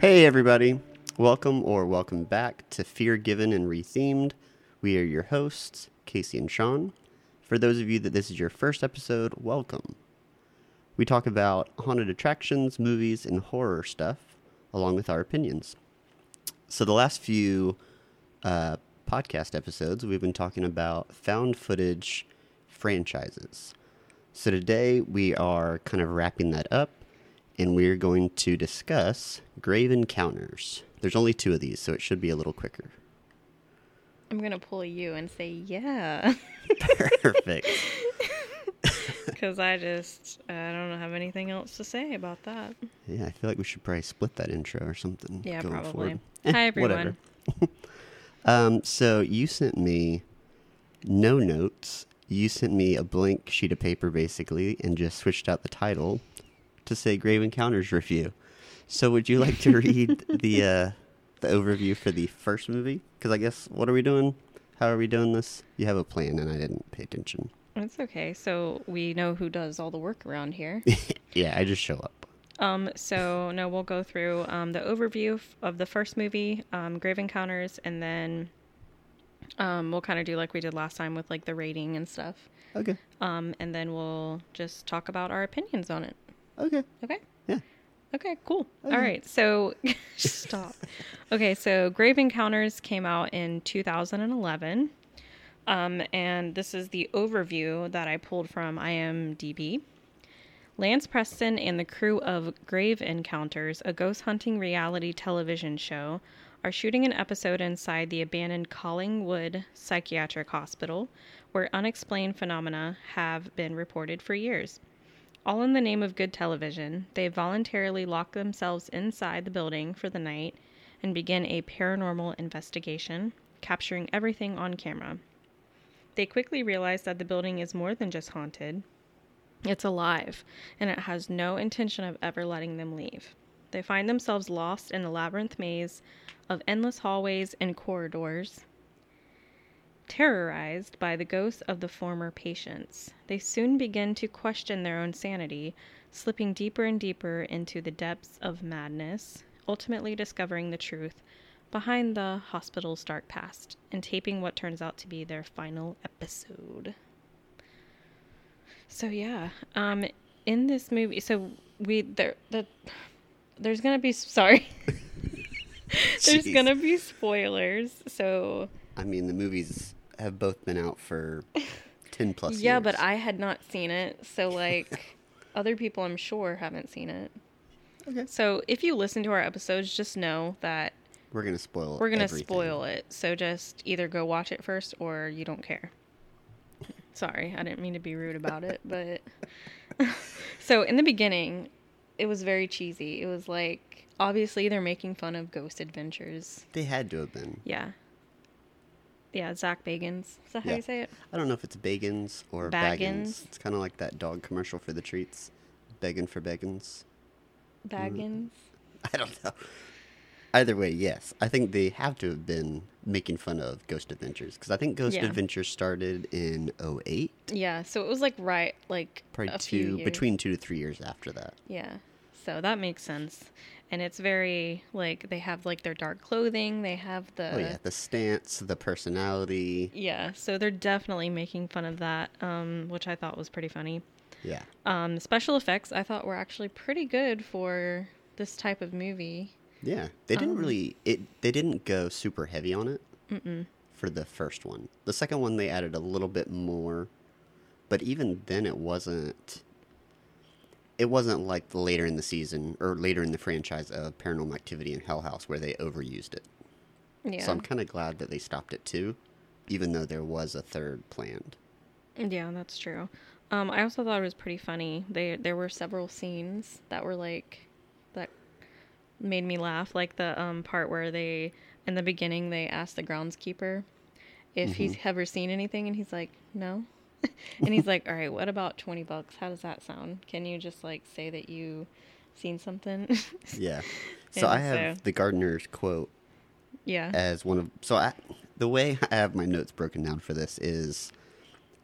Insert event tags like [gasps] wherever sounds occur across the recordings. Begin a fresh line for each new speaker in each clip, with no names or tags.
Hey, everybody. Welcome or welcome back to Fear Given and Rethemed. We are your hosts, Casey and Sean. For those of you that this is your first episode, welcome. We talk about haunted attractions, movies, and horror stuff, along with our opinions. So, the last few uh, podcast episodes, we've been talking about found footage franchises. So today we are kind of wrapping that up and we're going to discuss grave encounters. There's only two of these, so it should be a little quicker. [laughs]
I'm gonna pull you and say yeah, [laughs]
Perfect.
because I just I don't have anything else to say about that.
Yeah, I feel like we should probably split that intro or something.
Yeah,
going
probably.
forward. [laughs]
Hi,
Eh, whatever. um, so you sent me no notes. You sent me a blank sheet of paper basically and just switched out the title to say Grave Encounters review. So would you like to read the uh, the overview for the first movie? Because I guess what are we doing? How are we doing this? You have a plan, and I didn't pay attention. [laughs]
It's okay. So we know who does all the work around here.
yeah, I just show up.
um. So no, we'll go through um the overview f- of the first movie, um, Grave Encounters, and then um we'll kind of do like we did last time with like the rating and stuff.
Okay.
Um, and then we'll just talk about our opinions on it.
Okay.
Okay.
Yeah.
Okay, cool.
Okay.
All right, so [laughs] stop. Okay, so Grave Encounters came out in 2011. Um, and this is the overview that I pulled from IMDb. Lance Preston and the crew of Grave Encounters, a ghost hunting reality television show, are shooting an episode inside the abandoned Collingwood Psychiatric Hospital, where unexplained phenomena have been reported for years. All in the name of good television, they voluntarily lock themselves inside the building for the night and begin a paranormal investigation, capturing everything on camera. They quickly realize that the building is more than just haunted. It's alive, and it has no intention of ever letting them leave. They find themselves lost in a labyrinth maze of endless hallways and corridors, Terrorized by the ghosts of the former patients, they soon begin to question their own sanity, slipping deeper and deeper into the depths of madness, ultimately discovering the truth behind the hospital's dark past and taping what turns out to be their final episode. So yeah, um in this movie, so we there the there's going to be [laughs] sorry. there's
Jeez.
going to be spoilers. So
I mean, the movies have both been out
[laughs]
for ten plus.
Yeah, but
years.
I had not seen it. So, like, [laughs] other people I'm sure haven't seen it.
Okay.
So, if you listen to our episodes, just know that
We're gonna spoil.
we're going to
everything.
spoil it. So, just either go watch it first or you don't care. Sorry, I didn't mean to be rude about
[laughs]
it. But [laughs] so, in the beginning, it was very cheesy. It was like, obviously, they're making fun of ghost adventures.
They had to have been.
Yeah. Yeah, Zach Bagans. Is that how
Yeah.
you say it?
I don't know if it's Bagans or Baggins.
Baggins.
It's kind of like that dog commercial for the treats, begging for Baggins. [laughs] Mm.
Bagans.
I don't know. Either way, yes, I think they have to have been making fun of Ghost Adventures because I think Ghost
Yeah.
Adventures started in 08,
Yeah, so it was like right, like
probably
a few
two
years.
between two to three years after that.
Yeah, so that makes sense, and it's very like they have like their dark clothing. They have the
oh yeah, the stance, the personality,
yeah. So they're definitely making fun of that, um, which I thought was pretty funny.
yeah,
Um, special effects I thought were actually pretty good for this type of movie.
yeah. They
Um,
didn't really it. They didn't go super heavy on it for the first one. The second one they added a little bit more, but even then it wasn't. It wasn't like the later in the season or later in the franchise of Paranormal Activity and Hell House where they overused it.
Yeah,
So I'm kind of glad that they stopped at two, even though there was a third planned.
yeah, that's true. Um, I also thought it was pretty funny. They there were several scenes that were like that made me laugh like the um, part where they in the beginning they asked the groundskeeper if he's ever seen anything and he's like no [laughs] and he's like all right what about 20 bucks how does that sound can you just like say that you seen something [laughs]
Yeah. So I
And
have
so-
the gardener's quote
yeah
as one of so I the way I have my notes broken down for this is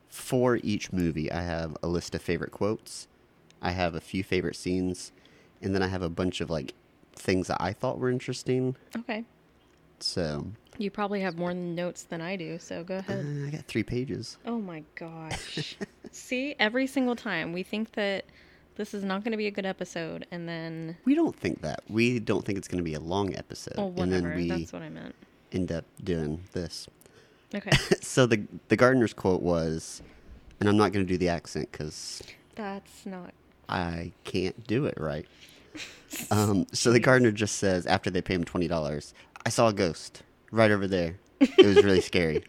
for each movie I have a list of favorite quotes, I have a few favorite scenes, and then I have a bunch of like things that I thought were interesting.
Okay.
So
You probably have more notes than I do, so go
uh,
ahead.
I got three pages.
Oh my
[laughs]
gosh. See, every single time we think that this is not going to be a good episode, and then,
We don't think that. We don't think it's going to be a long episode.
well,
Uh, And
whatever.
then we
That's what I meant.
end up doing this. [laughs]
Okay.
so the the gardener's quote was, and I'm not going to do the accent because
That's not.
I can't do it right. Um, so the gardener just says after they pay him twenty dollars, I saw a ghost right over there. It was really
[laughs]
scary,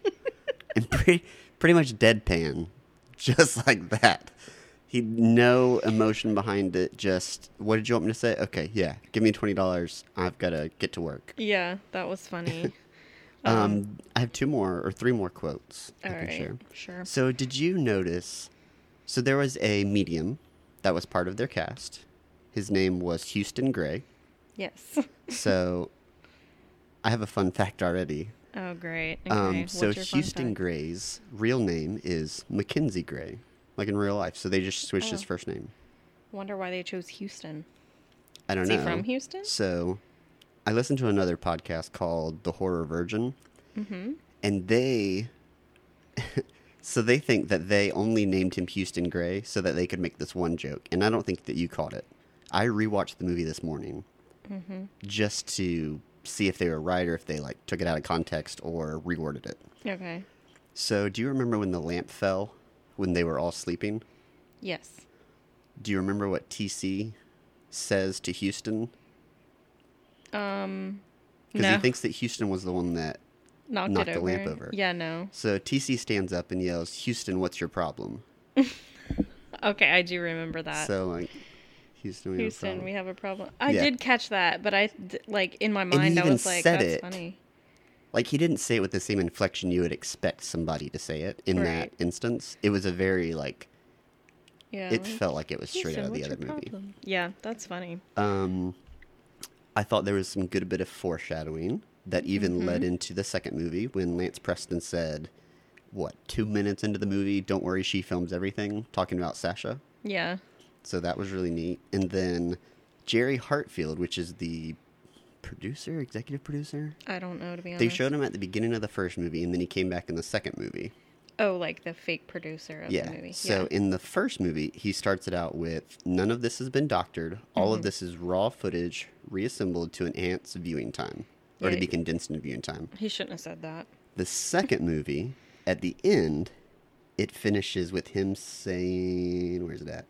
and pretty pretty much deadpan, just like that. He no emotion behind it. Just what did you want me to say? Okay, yeah, give me twenty dollars. I've got to get to work.
Yeah, that
[laughs]
was funny.
Um, I have two more or three more quotes
Uh-huh. All
I can
right.
share.
Sure.
So, did you notice? So, there was a medium that was part of their cast. His name was Houston Gray.
Yes.
So, I have a fun fact already.
Oh, great. Okay.
Um,
What's
so,
your fun
Houston
fact?
Gray's real name is Mackenzie Gray, like in real life. So, they just switched his
Oh.
first name.
Wonder why they chose Houston.
I don't
Is
know.
he from Houston?
So, I listened to another podcast called The Horror Virgin,
Mm-hmm.
and they. [laughs] So they think that they only named him Houston Gray so that they could make this one joke, and I don't think that you caught it. I rewatched the movie this morning
Mm-hmm.
just to see if they were right or if they like took it out of context or reworded it.
Okay.
So, do you remember when the lamp fell when they were all sleeping?
Yes.
Do you remember what TC says to Houston
Um.
because
no.
he thinks that Houston was the one that?
knocked,
knocked
it
the
over.
lamp over.
Yeah. No.
So TC stands up and yells, "Houston, what's your problem?"
Okay, I do remember that.
So like, Houston, we have a
Uh, Houston,
problem."
we have a problem. I
Yeah.
did catch that, but I d- like in my
he
mind I
even
was like,
said
"That's
it.
funny."
like he didn't say it with the same inflection you would expect somebody to say it in that
Right.
instance. It was a very like
Yeah.
it
like,
felt like it was straight out of the
"Houston,
other
what's your
movie.
problem?" Yeah, that's funny.
Um, I thought there was some good bit of foreshadowing that even
Mm-hmm.
led into the second movie when Lance Preston said, "What two minutes into the movie? Don't worry, she films everything." Talking about Sasha,
Yeah.
so that was really neat. And then Jerry Hartfield, which is the producer, executive producer.
I don't know to be honest.
They showed him at the beginning of the first movie, and then he came back in the second movie.
Oh, like the fake producer of
yeah.
the movie.
So in the first movie, he starts it out with none of this has been doctored. All of this is raw footage reassembled to enhance viewing time or to
Yeah.
be condensed into viewing time.
yeah. He shouldn't have said that.
The second movie, at the end, it finishes with him saying, "Where's it at?"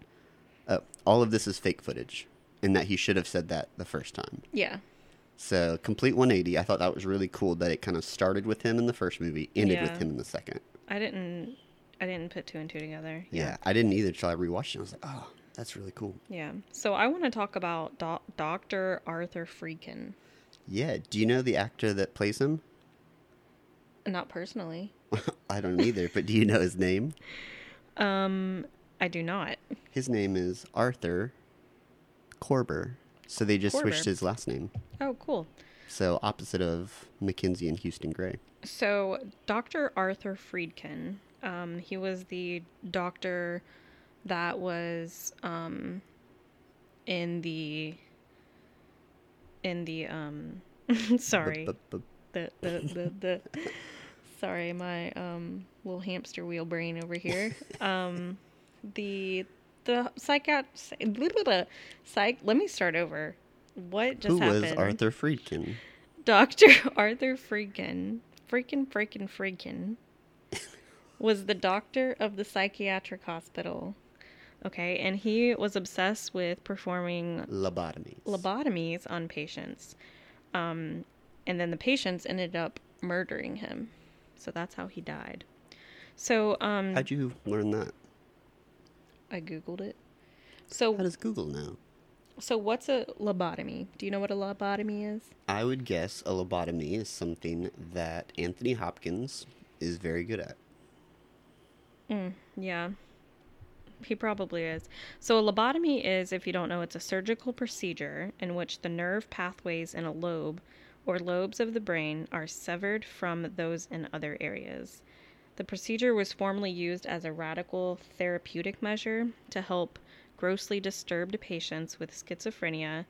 Oh, all of this is fake footage, and that he should have said that the first time.
Yeah.
So complete 180. I thought that was really cool that it kind of started with him in the first movie, ended
Yeah.
with him in the second.
I didn't I didn't put two and two together.
Yeah, I didn't either till I rewatched it. I was like, oh, that's really cool.
Yeah. So I want to talk about doc Dr. Arthur Freakin.
Yeah. Do you know the actor that plays him? [laughs]
Not personally.
I don't either, but do you know his name?
Um I do not.
His name is Arthur Corber. So they just switched
Korber.
his last name.
Oh, cool.
So opposite of Mackenzie and Houston Gray.
So, Dr. Arthur Friedkin, um, he was the doctor that was um, in the in the um, [laughs] sorry
Bu- bu-
the, the, the, the sorry my um, little hamster wheel brain over here um, the the psychiat psych let me start over what just
Who
happened
was Arthur Friedkin?
Dr. [laughs] Arthur Friedkin, freaking, freaking, freakin, was the doctor of the psychiatric hospital. Okay, and he was obsessed with performing
Lobotomies.
lobotomies on patients. Um, and then the patients ended up murdering him. So that's how he died. So um,
How'd you learn that?
I Googled it. So,
How does Google know?
so what's a lobotomy? Do you know what a lobotomy is?
I would guess a lobotomy is something that Anthony Hopkins is very good at.
Yeah. He probably is. So, a lobotomy is, if you don't know, it's a surgical procedure in which the nerve pathways in a lobe or lobes of the brain are severed from those in other areas. The procedure was formerly used as a radical therapeutic measure to help grossly disturbed patients with schizophrenia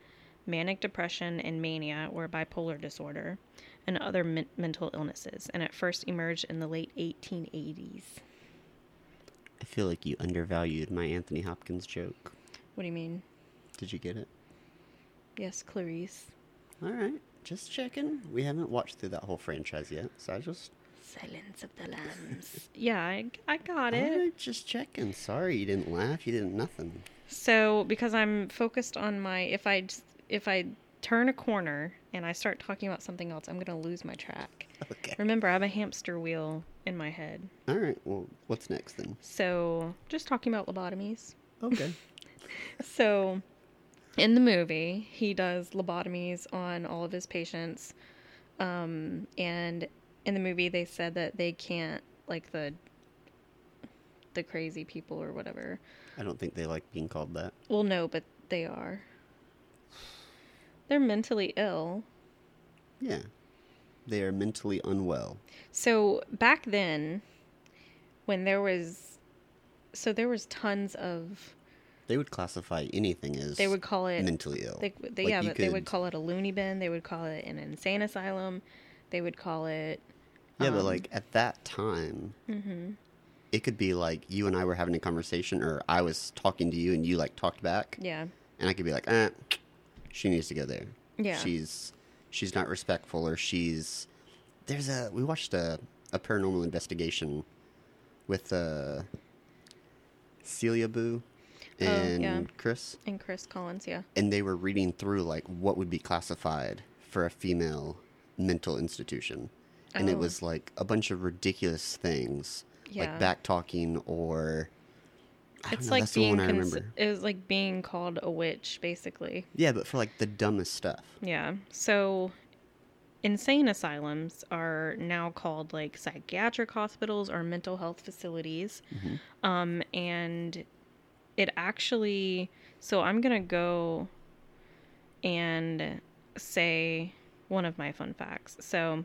manic depression and mania or bipolar disorder, and other men- mental illnesses, and it first emerged in the late 1880s.
I feel like you undervalued my Anthony Hopkins joke.
What do you mean?
Did you get it?
Yes, Clarice.
All right, just checking. We haven't watched through that whole franchise yet, so I just
Silence of the Lambs. [laughs] yeah, I, I got
All
it.
right, just checking. Sorry, you didn't laugh. You didn't nothing. [laughs]
So because I'm focused on my if I just- if I turn a corner and I start talking about something else, I'm gonna lose my track.
Okay.
Remember, I have a hamster wheel in my head.
All right. Well, what's next
[laughs]
then?
So just talking about lobotomies.
Okay.
So in the movie, he does lobotomies on all of his patients. Um, and in the movie, they said that they can't like the the crazy people or whatever.
I don't think they like being called that.
Well, no, but they are. They're mentally ill.
Yeah. They are mentally unwell.
So back then, when there was, so there was tons of.
They would classify anything as
They would call it.
mentally ill.
They, they,
Like,
yeah,
you
but they
could-
would call it a loony bin. They would call it an insane asylum. They would call it.
Yeah, but
um, Mm-hmm.
like at that time, it could be like you and I were having a conversation, or I was talking to you and you like talked back,
Yeah.
and I could be like, "Eh, she needs to go there.
Yeah.
she's she's not respectful, or she's there's a we watched a a paranormal investigation with uh Celia Boo
Oh, yeah.
and Chris,
And Chris Collins, yeah.
and they were reading through like what would be classified for a female mental institution and it
Oh.
was like a bunch of ridiculous things
Yeah.
like back talking or I don't
It's
know,
like
that's the
being
one I
cons-
remember.
it was like being called a witch, basically.
Yeah, but for like the dumbest stuff.
Yeah. So insane asylums are now called like psychiatric hospitals or mental health facilities. Um, and it actually, so I'm going to go and say one of my fun facts. So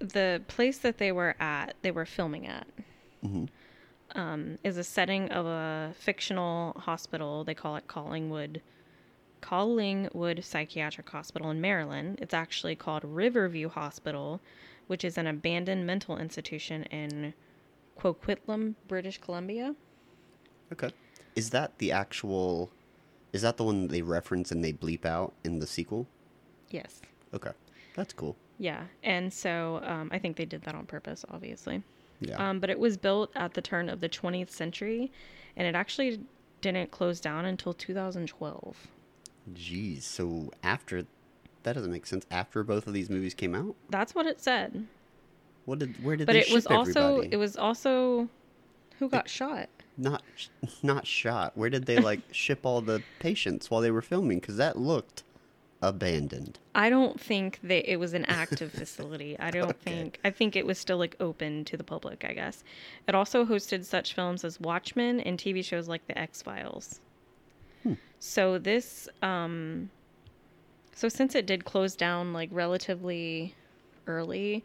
the place that they were at, they were filming at,
Mhm.
um, is a setting of a fictional hospital. They call it Collingwood. Collingwood Psychiatric Hospital in Maryland. It's actually called Riverview Hospital, which is an abandoned mental institution in Coquitlam, British Columbia.
Okay. Is that the actual is that the one that they reference and they bleep out in the sequel?
Yes.
Okay. That's cool.
Yeah. And so um, I think they did that on purpose, obviously.
Yeah.
Um, but it was built at the turn of the 20th century, and it actually didn't close down until 2012.
Jeez. So after that doesn't make sense. After both of these movies came out,
That's what it said.
what did where did
But
they
it was
ship
also
everybody?
it was also who got shot.
not sh- not shot. Where did they
[laughs]
like ship all the patients while they were filming? Because that looked abandoned.
I don't think that it was an active facility. I don't think. I think it was still like open to the public, I guess. It also hosted such films as Watchmen and TV shows like The X Files. So this, um, so since it did close down like relatively early,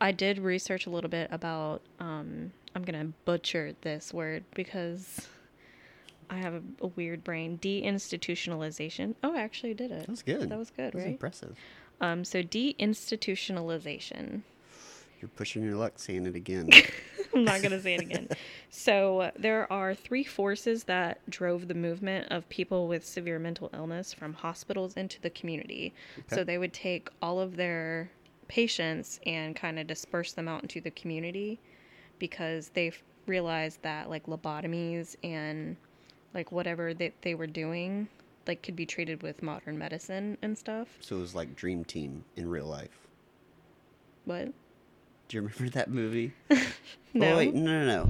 I did research a little bit about. Um, I'm gonna butcher this word because I have a, a weird brain. Deinstitutionalization. Oh, I actually did it.
That was good.
That was good,
That was
right?
impressive.
Um, so deinstitutionalization.
You're pushing your luck saying it again.
[laughs] I'm not going to say it again. [laughs] So there are three forces that drove the movement of people with severe mental illness from hospitals into the community. So
Okay.
they would take all of their patients and kind of disperse them out into the community because they f- realized that like lobotomies and like whatever that they were doing like could be treated with modern medicine and stuff.
so it was like Dream Team in real life.
What?
Do you remember that
[laughs]
movie?
No.
Oh wait, no, no, no.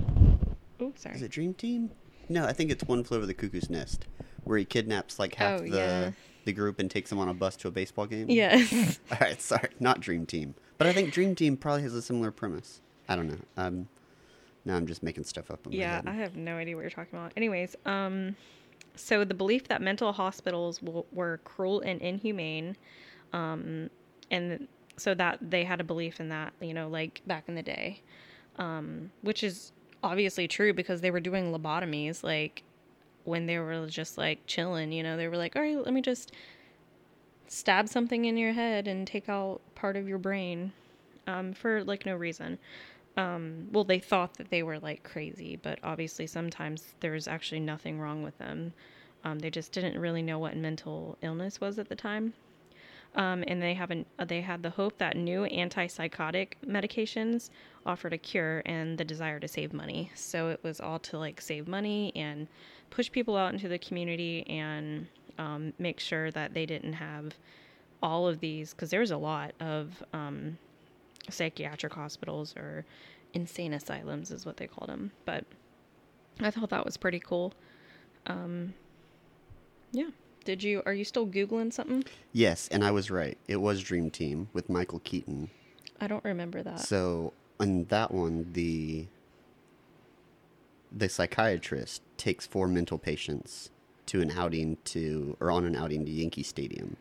Oh, sorry.
Is it Dream Team? No, I think it's One Flew Over the Cuckoo's Nest, where he kidnaps like half
Oh,
the
yeah.
the group and takes them on a bus to a baseball game.
Yes.
[laughs] All right, sorry, not Dream Team, but I think Dream Team probably has a similar premise. I don't know. Um, now I'm just making stuff up. In
yeah,
my
I
head.
have no idea what you're talking about. Anyways, um, so the belief that mental hospitals w- were cruel and inhumane, um, and so that they had a belief in that, you know, like back in the day, um, which is obviously true because they were doing lobotomies. Like, when they were just like chilling, you know, they were like, all right, let me just stab something in your head and take out part of your brain um, for like no reason. Um, well, they thought that they were like crazy, but obviously sometimes there's actually nothing wrong with them. Um, they just didn't really know what mental illness was at the time. Um, and they haven't. uh, They had the hope that new antipsychotic medications offered a cure and the desire to save money. So it was all to like save money and push people out into the community and um, make sure that they didn't have all of these because there's a lot of um, psychiatric hospitals or insane asylums is what they called them. But I thought that was pretty cool. Um, yeah. Did you? Are you still googling something?
Yes, and I was right. It was Dream Team with Michael Keaton.
I don't remember that.
So on that one, the the psychiatrist takes four mental patients to an outing to or on an outing to Yankee Stadium.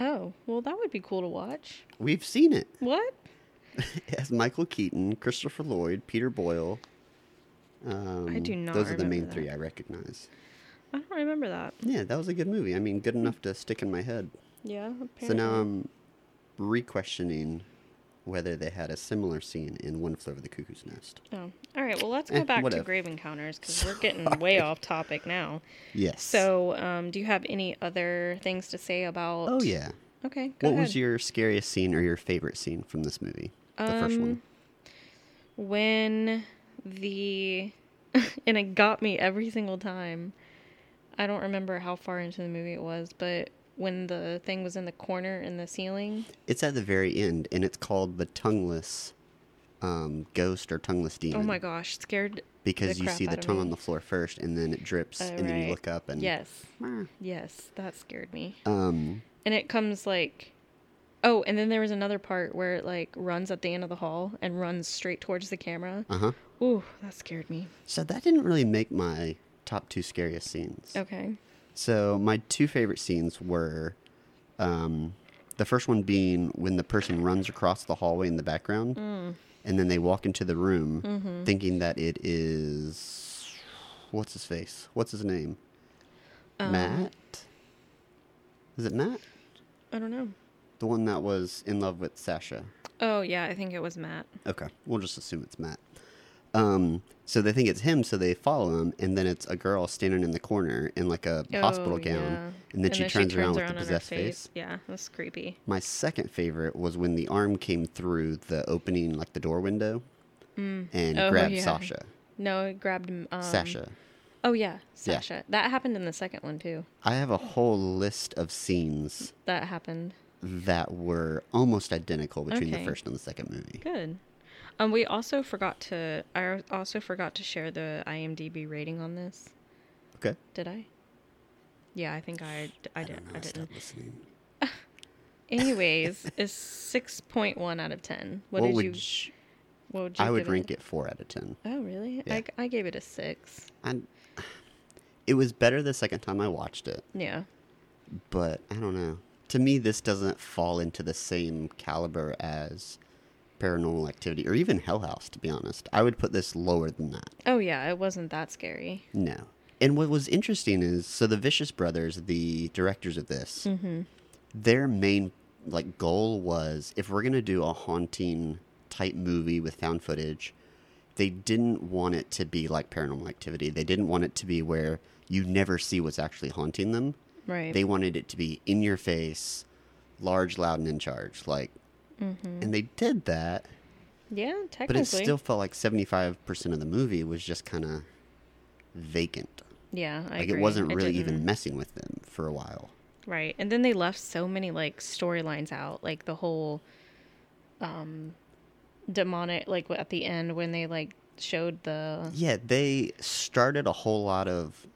Oh, well, that would be cool to watch.
We've seen it.
What?
[laughs] It has Michael Keaton, Christopher Lloyd, Peter Boyle. Um,
do not
Those are the
remember
main
that.
three I recognize.
I don't remember that.
Yeah, that was a good movie. I mean, good enough to stick in my head.
Yeah. Apparently.
So now I'm re-questioning whether they had a similar scene in One Flew Over the Cuckoo's Nest.
Oh. All right. Well, let's
Eh,
go back to
whatever.
grave encounters
[laughs]
because we're getting way off topic now.
Yes.
So, um, do you have any other things to say about?
Oh yeah.
Okay. Go
What
ahead.
was your scariest scene or your favorite scene from this movie? The
Um,
first one.
when the [laughs] and it got me every single time. I don't remember how far into the movie it was, but when the thing was in the corner in the ceiling.
It's at the very end, and it's called the tongueless um, ghost or tongueless demon.
Oh my gosh, scared
Because
the
you
crap
see the
out of
tongue
me.
on the floor first, and then it drips,
Oh,
and then you
right.
look up and
Yes.
Meh.
Yes, that scared me.
Um,
And it comes like Oh, and then there was another part where it like runs at the end of the hall and runs straight towards the camera.
uh huh.
Ooh, that scared me.
So that didn't really make my top two scariest scenes.
Okay.
So my two favorite scenes were, um, the first one being when the person runs across the hallway in the background,
Mm.
and then they walk into the room
Mm-hmm.
thinking that it is what's his face, what's his name,
Uh.
Matt. Is it Matt?
I don't know.
The one that was in love with Sasha.
Oh, yeah, I think it was Matt.
Okay, we'll just assume it's Matt. Um, so they think it's him, so they follow him, and then it's a girl standing in the corner in like a hospital
Oh,
gown,
yeah.
and then she, turns around with the
on her
possessed face.
Yeah, that's creepy.
My second favorite was when the arm came through the opening, like the door window, and
Oh,
grabbed
yeah.
Sasha.
No, it grabbed um,
Sasha.
Oh yeah,
Yeah.
Sasha. That happened in the second one too.
I have a whole list of scenes
That happened.
that were almost identical between
Okay.
the first and the second movie.
Good. Um, we also forgot to. I also forgot to share the IMDb rating on this.
Okay.
Did I? Yeah, I think I. I, did. I, didn't.
listening. [laughs]
Anyways, it's six point one out of ten. What,
What
did
would
you?
sh-
What would you?
I would
give
rank it four out of ten.
Oh really?
Yeah.
I, I gave it a six.
And it was better the second time I watched it,
Yeah.
but I don't know. To me, this doesn't fall into the same caliber as Paranormal Activity or even Hell House. To be honest, I would put this lower than that.
Oh yeah, it wasn't that scary.
No. And what was interesting is so the Vicious Brothers, the directors of this, their main like goal was if we're gonna do a haunting type movie with found footage, they didn't want it to be like Paranormal Activity. They didn't want it to be where you never see what's actually haunting them.
Right.
They wanted it to be in your face, large, loud, and in charge. Like, and they did that,
yeah, technically.
but it still felt like seventy-five percent of the movie was just kind of vacant.
Yeah, I
Like
agree.
it wasn't
I
really
didn't-
even messing with them for a while.
Right. And then they left so many like storylines out, like the whole um demonic like at the end when they like showed the [laughs]
Yeah, they started a whole lot of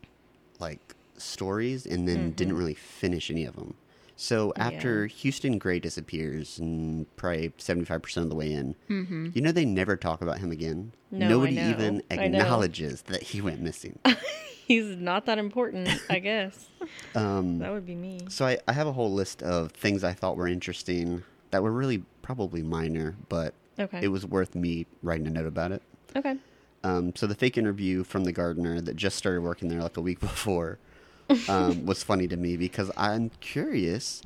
like stories and then didn't
Mm-hmm.
really finish any of them. So after Houston Gray disappears and probably seventy five percent of the way in, you know they never talk about him again.
Mm-hmm. No, I
Nobody
know.
even
I know.
acknowledges that he went
[laughs]
missing.
he's not that important,
[laughs]
I guess.
um,
That would be me.
So I, I have a whole list of things I thought were interesting that were really probably minor, but
Okay.
it was worth me writing a note about it.
Okay.
Um, so the fake interview from the gardener that just started working there like a week [laughs] before um, was funny to me because I'm curious.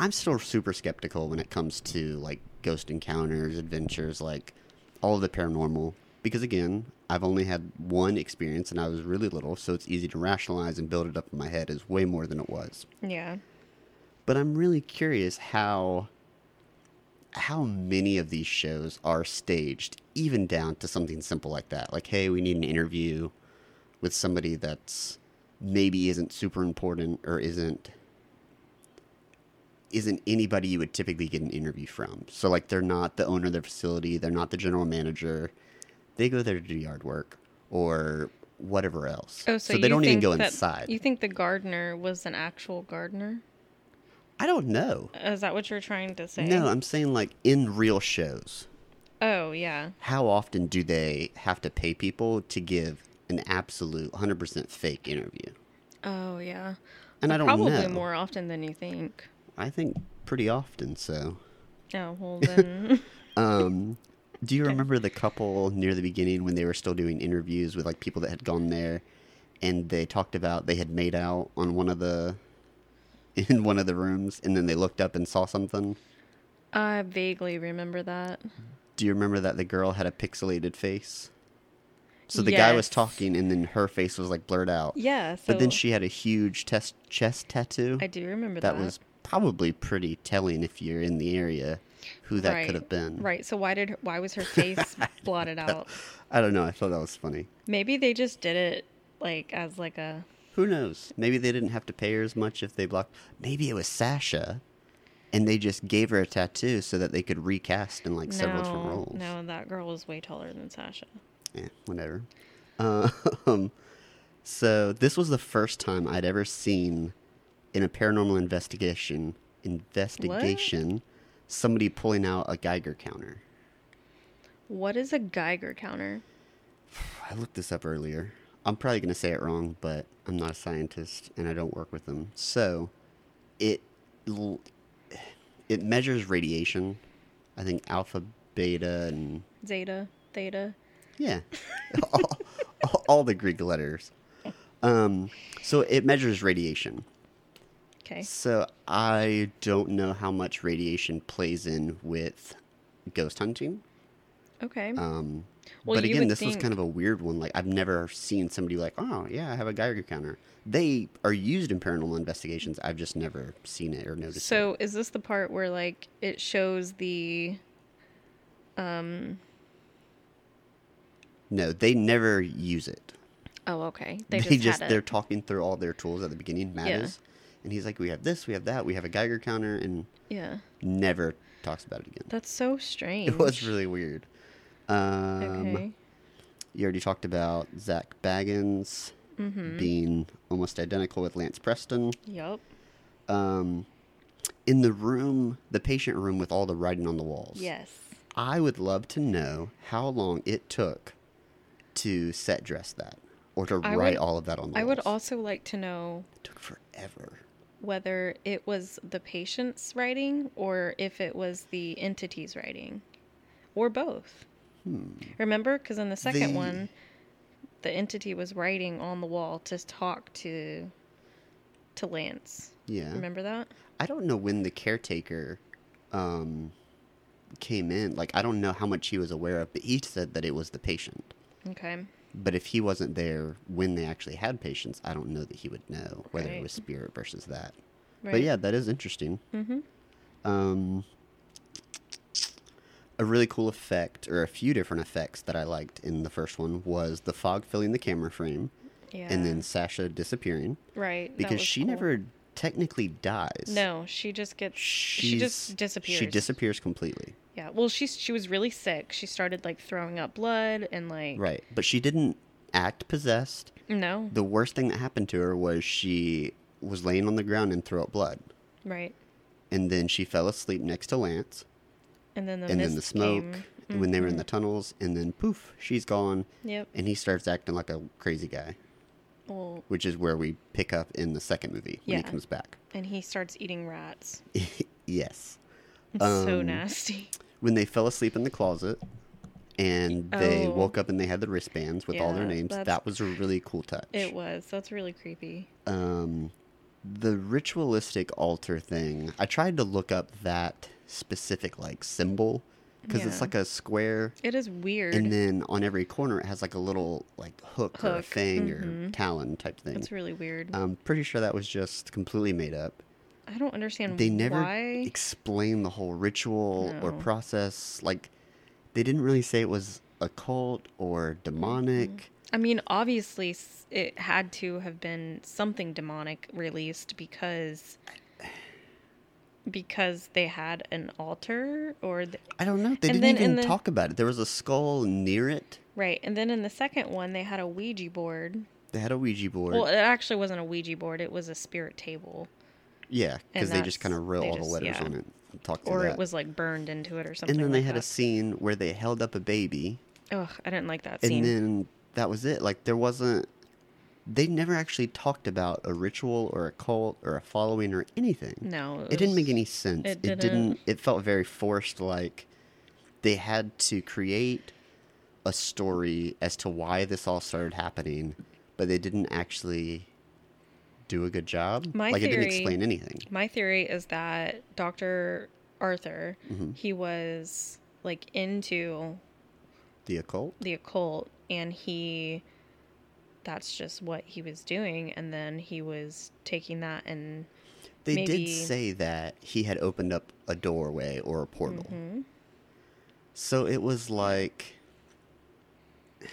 I'm still super skeptical when it comes to like ghost encounters, adventures, like all of the paranormal. Because again, I've only had one experience and I was really little, so it's easy to rationalize and build it up in my head as way more than it was.
Yeah.
But I'm really curious how how many of these shows are staged, even down to something simple like that. Like, hey, we need an interview with somebody that's maybe isn't super important or isn't isn't anybody you would typically get an interview from. So like they're not the owner of their facility, they're not the general manager. They go there to do yard work or whatever else.
Oh, so,
they
you
don't even
think
go
that-
inside.
You think the gardener was an actual gardener? Uh,
I don't know.
Is that what you're trying to say?
No, I'm saying like in real shows.
Oh, yeah.
how often do they have to pay people to give an absolute 100% fake interview?
Oh, yeah.
And I don't
Probably
know.
more often than you think.
I think pretty often so.
Oh,
[laughs]
well then.
Um, do you remember the couple near the beginning when they were still doing interviews with like people that had gone there and they talked about they had made out on one of the [laughs] in one of the rooms and then they looked up and saw something?
I vaguely remember that.
Do you remember that the girl had a pixelated face? So the guy was
Yes.
talking and then her face was like blurred out.
Yeah, so
But then she had a huge test, chest tattoo.
I do remember that.
that was probably pretty telling if you're in the area who that
Right.
could have been.
Right. So why did why was
[laughs]
her face blotted out?
I don't know. I thought that was funny.
Maybe they just did it like as like a
Who knows? Maybe they didn't have to pay her as much if they blocked. Maybe it was Sasha and they just gave her a tattoo so that they could recast in like several different
no,
roles.
no, that girl was way taller than Sasha.
Yeah, Eh, whatever. Uh, Um, [laughs] so this was the first time I'd ever seen in a paranormal investigation investigation somebody pulling out a Geiger counter.
What is a Geiger counter?
I looked this up earlier. I'm probably going to say it wrong, but I'm not a scientist and I don't work with them. So, it l- it measures radiation. I think alpha, beta, and
Zeta, theta.
yeah, [laughs] all, all, all the Greek letters. Um, so it measures radiation.
Okay.
So I don't know how much radiation plays in with ghost hunting.
Okay.
Um,
Well,
but
you
again,
would
this was
think-
kind of a weird one. Like I've never seen somebody like, oh yeah, I have a Geiger counter. They are used in paranormal investigations. I've just never seen it or noticed. it.
so is this the part where like it shows the
no, they never use it.
Oh,
[laughs]
okay.
They
They,
just,
just, had
they're
it.
talking through all their tools at the beginning. Matt
Yeah.
is, and he's like, we have this, we have that, we have a Geiger counter, and
Yeah.
never talks about it again. [laughs]
That's so strange.
It was really weird. Um,
Okay.
You already talked about Zach Baggins
Mm-hmm.
being almost identical with Lance Preston.
Yup.
um, in the room, the patient room with all the writing on the walls.
Yes.
I would love to know how long it took to set dress that or to
I
write
would-
all of that on the
I would
walls.
also like to know
It took forever.
whether it was the patient's writing or if it was the entity's writing or both. Remember? Because in the second
Hmm. The-
one, the entity was writing on the wall to talk to to Lance.
Yeah.
Remember that?
I don't know when the caretaker um, came in. Like, I don't know how much he was aware of, but he said that it was the patient.
Okay.
But if he wasn't there when they actually had patients, I don't know that he would know whether it
Right.
was spirit versus that. But
Right. Mm-hmm.
yeah, that is interesting. Um, a really cool effect, or a few different effects that I liked in the first one, was the fog filling the camera frame
Yeah.
and then Sasha disappearing
right. that
because
was
she
cool.
never technically dies.
No, she just gets. she just
She's-
disappears.
She disappears completely.
Yeah. Well, she's she was really sick. She started like throwing up blood and like
Right. But she didn't act possessed.
no
The worst thing that happened to her was she was laying on the ground and threw up blood.
right.
And then she fell asleep next to Lance.
And then the
and
mist
then the smoke
came. Mm. Mm-hmm.
when they were in the tunnels, and then poof, she's gone,
Yep.
and he starts acting like a crazy guy,
Well,
which is where we pick up in the second movie when
Yeah.
he comes back.
and he starts eating rats.
yes,
It's so nasty.
um, when they fell asleep in the closet, and they
Oh.
woke up and they had the wristbands with all their
Yeah,
names.
that's-
That was a really cool touch.
It was. That's really creepy.
um, the ritualistic altar thing. I tried to look up that specific like symbol because
Yeah.
it's like a square,
It is weird.
and then on every corner it has like a little like hook, or a
Hook, Mm-hmm.
fang or talon type thing.
That's really weird.
I'm pretty sure that was just completely made up.
I don't understand
They never
Mm, why.
explain the whole ritual or
No.
process. Like, they didn't really say it was occult or demonic.
I mean, obviously, s- it had to have been something demonic released because because they had an altar or th-
I don't know. They didn't
And then in
even
the-
talk about it. There was a skull near it.
right. And then in the second one, they had a Ouija board.
They had a Ouija board.
Well, it actually wasn't a Ouija board; it was a spirit table,
yeah, because
and
they just
that's-
kind of wrote
they
all the
just-
letters
yeah.
on it. I'll Talk to
or
that.
it was like burned into it or something.
and then
like
they had a
that.
scene where they held up a baby,
Ugh, I didn't like that
and
scene.
then that was it. Like there wasn't. They never actually talked about a ritual or a cult or a following or anything.
no,
It didn't make
was-
any sense.
it
It didn't.
didn't.
It felt very forced. Like they had to create a story as to why this all started happening, but they didn't actually do a good job.
My
like it didn't
theory-
explain anything.
My theory is that Dr. Arthur,
Mm-hmm.
he was like into
The occult.
the occult and he that's just what he was doing and then he was taking that and
They
Maybe-
did say that he had opened up a doorway or a portal.
Mm-hmm.
So it was like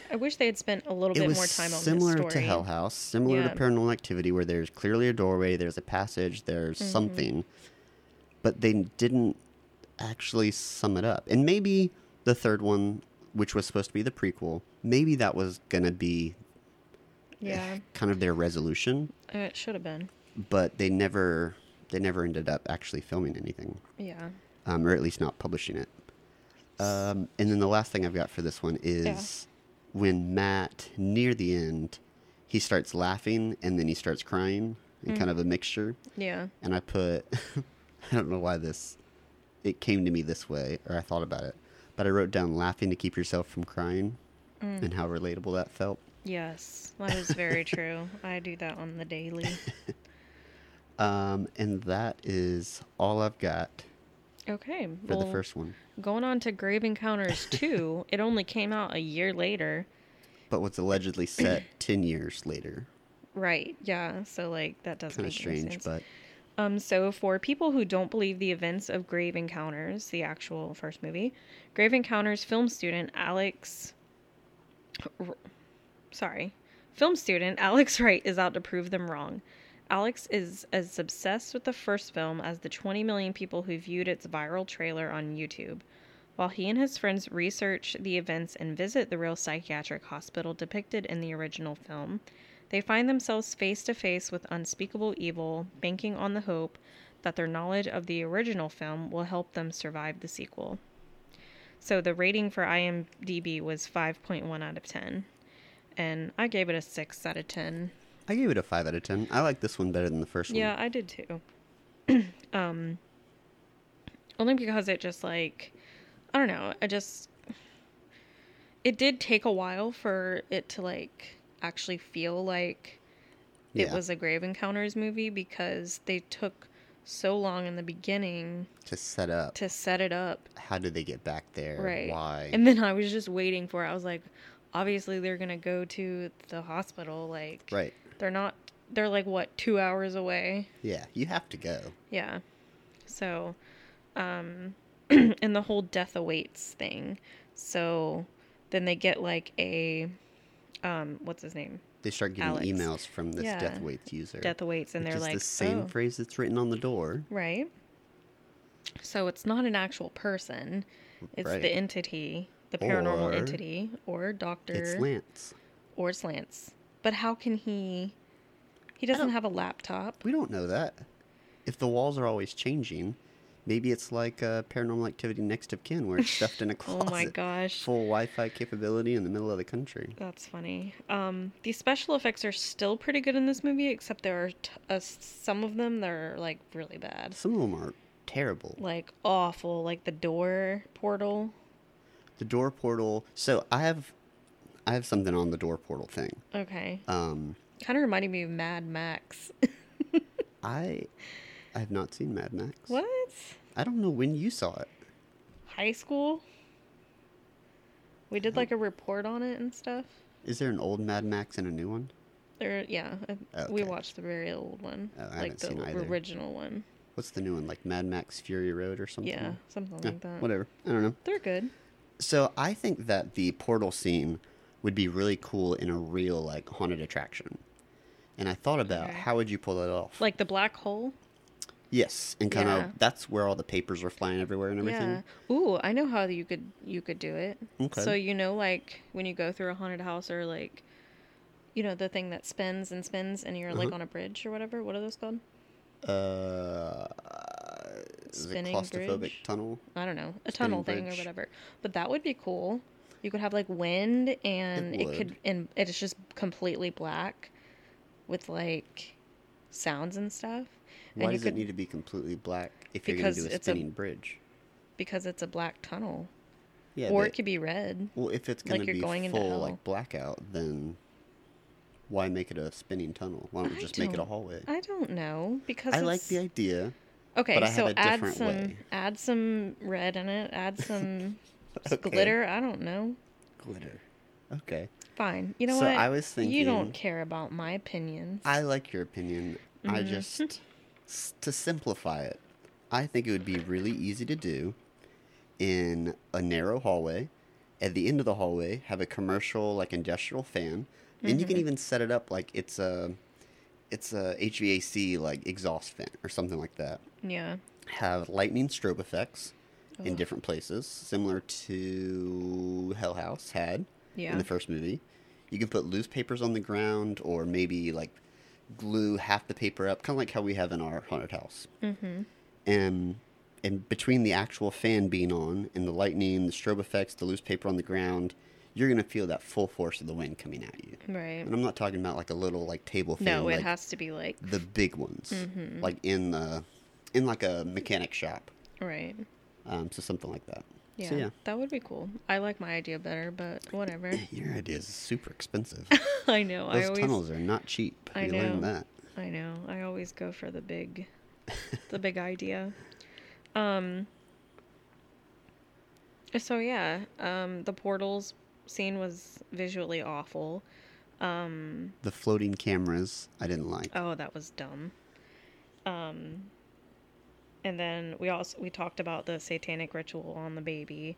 I wish they had spent a little
it
bit
was
more time on
similar
this story.
to Hell House, similar
Yeah.
to Paranormal Activity, where there's clearly a doorway, there's a passage, there's
Mm-hmm.
something, but they didn't actually sum it up. And maybe the third one, which was supposed to be the prequel, maybe that was gonna be
Yeah,
kind of their resolution,
uh, it should have been.
but they never they never ended up actually filming anything,
Yeah.
um, or at least not publishing it. Um, and then the last thing I've got for this one is when Matt, near the end, he starts laughing and then he starts crying and kind of a mixture.
Yeah.
And I put, [laughs] I don't know why this, it came to me this way or I thought about it, but I wrote down laughing to keep yourself from crying and how relatable that felt.
Yes. That is
[laughs]
very true. I do that on the daily.
Um, and that is all I've got
Okay.
for
well,
the first one.
going on to Grave [laughs] Encounters 2, it only came out a year later.
But what's allegedly set 10 years later.
Right. Yeah. So like that doesn't
Kind of
make any
strange,
sense.
but
Um, so, for people who don't believe the events of Grave Encounters, the actual first movie, Grave Encounters film student Alex. R- sorry. Film student Alex [laughs] Wright is out to prove them wrong. Alex is as obsessed with the first film as the 20 million people who viewed its viral trailer on YouTube. While he and his friends research the events and visit the real psychiatric hospital depicted in the original film, they find themselves face to face with unspeakable evil, banking on the hope that their knowledge of the original film will help them survive the sequel. So the rating for IMDb was 5.1 out of 10, and I gave it a 6 out of 10.
I gave it a 5 out of 10. I like this one better than the first one.
Yeah, I did too. [clears throat] um, only because it just like I don't know. I just it did take a while for it to like actually feel like it
Yeah.
was a Grave Encounters movie because they took so long in the beginning
To set up.
to set it up
how did they get back there?
right
Why?
and then i was just waiting for it. i was like obviously they're gonna go to the hospital like
right.
they're not they're like what two hours away
Yeah, you have to go.
Yeah. So, um, [clears throat] and the whole death awaits thing. So then they get like a, um, what's his name?
They start getting
Alex.
emails from this
Yeah.
death waits user.
Death awaits, and
which
they're
is
like,
the same
"Oh,
phrase that's written on the door.
right. So it's not an actual person. It's
Right.
the entity, the paranormal
Or-
entity, or doctor,
It's Lance.
or slants. But how can he? He doesn't have a laptop.
We don't know that. If the walls are always changing, maybe it's like uh, paranormal activity next of kin, where
[laughs]
it's stuffed in a
Oh
closet.
my gosh.
Full Wi-Fi capability in the middle of the country.
That's funny. Um, the special effects are still pretty good in this movie, except there are t- uh, some of them that are like really bad,
Some of them are terrible.
like awful, like the door portal.
the door portal. So I have, I have something on the door portal thing.
Okay.
Um,
Kind of reminded me of Mad Max. [laughs]
I, I have not seen Mad Max.
what?
I don't know when you saw it.
High school? We did like a report on it and stuff.
Is there an old Mad Max and a new one?
There, yeah, uh, we
Okay.
watched the very old one,
Oh, I
like
haven't
the
seen either.
original one.
What's the new one? Like Mad Max Fury Road or something?
Yeah, something
Eh,
like that.
Whatever. I don't know.
They're good.
So I think that the portal scene would be really cool in a real like haunted attraction. And I thought about
Okay.
how would you pull that off?
Like the black hole.
yes, and kind of
Yeah.
that's where all the papers are flying everywhere and everything.
Yeah. Ooh, I know how you could you could do it.
Okay.
So you know, like when you go through a haunted house or like, you know, the thing that spins and spins, and you're like
Uh-huh.
on a bridge or whatever. What are those called?
Uh, is it
Spinning
claustrophobic
bridge?
tunnel?
I don't know, a
Spinning
tunnel thing or
bridge.
whatever. But that would be cool. You could have like wind, and it,
would.
could, and it's just completely black, with like sounds and stuff.
Why
and you
does
could
it need to be completely black if you're going
Because
to do a
it's a-
spinning bridge?
because it's a black tunnel,
Yeah,
or
but-
it could be red.
Well, if it's
Like
going
you're
to be
going into
full
hell.
like blackout, then why make it a spinning tunnel? Why don't we
I
just make it a
don't-
hallway?
I don't know because
I like
it's-
the idea.
Okay,
but I have
so
a
add
different
some
way.
add some red in it,
[laughs]
add some s-
Okay.
glitter, I don't know.
Glitter. Okay.
Fine. You know
So
what?
I was
You don't
thinking-
care about my opinions.
I like your opinion. I just s- to simplify it, I think it would be really easy to do in a narrow hallway. At the end of the hallway, have a commercial like industrial fan, and you can even set it up like it's a it's a HVAC like exhaust fan or something like that.
yeah.
Have lightning strobe effects in
Ugh.
different places, similar to Hell House had
Yeah.
in the first movie. You can put loose papers on the ground, or maybe like glue half the paper up, kind of like how we have in our haunted house. Mm-hmm. And and between the actual fan being on and the lightning, the strobe effects, the loose paper on the ground, you're gonna feel that full force of the wind coming at you.
Right.
And I'm not talking about like a little like table fan.
Mm-hmm. No, it
like
has to be like
the big ones,
Mm-hmm.
like in the in like a mechanic shop,
right.
um, so something like that.
Yeah,
So yeah,
That would be cool. I like my idea better, but
[coughs]
whatever. [laughs]
your idea is super expensive.
I know. [laughs] I
Those
always
tunnels are not cheap.
I
we learned
know.
that.
I know. I always go for
[laughs]
the big the big idea. Um so yeah, um the portals scene was visually awful.
The floating cameras, I didn't like.
Oh, that was dumb. Um, and then we also we talked about the satanic ritual on the baby.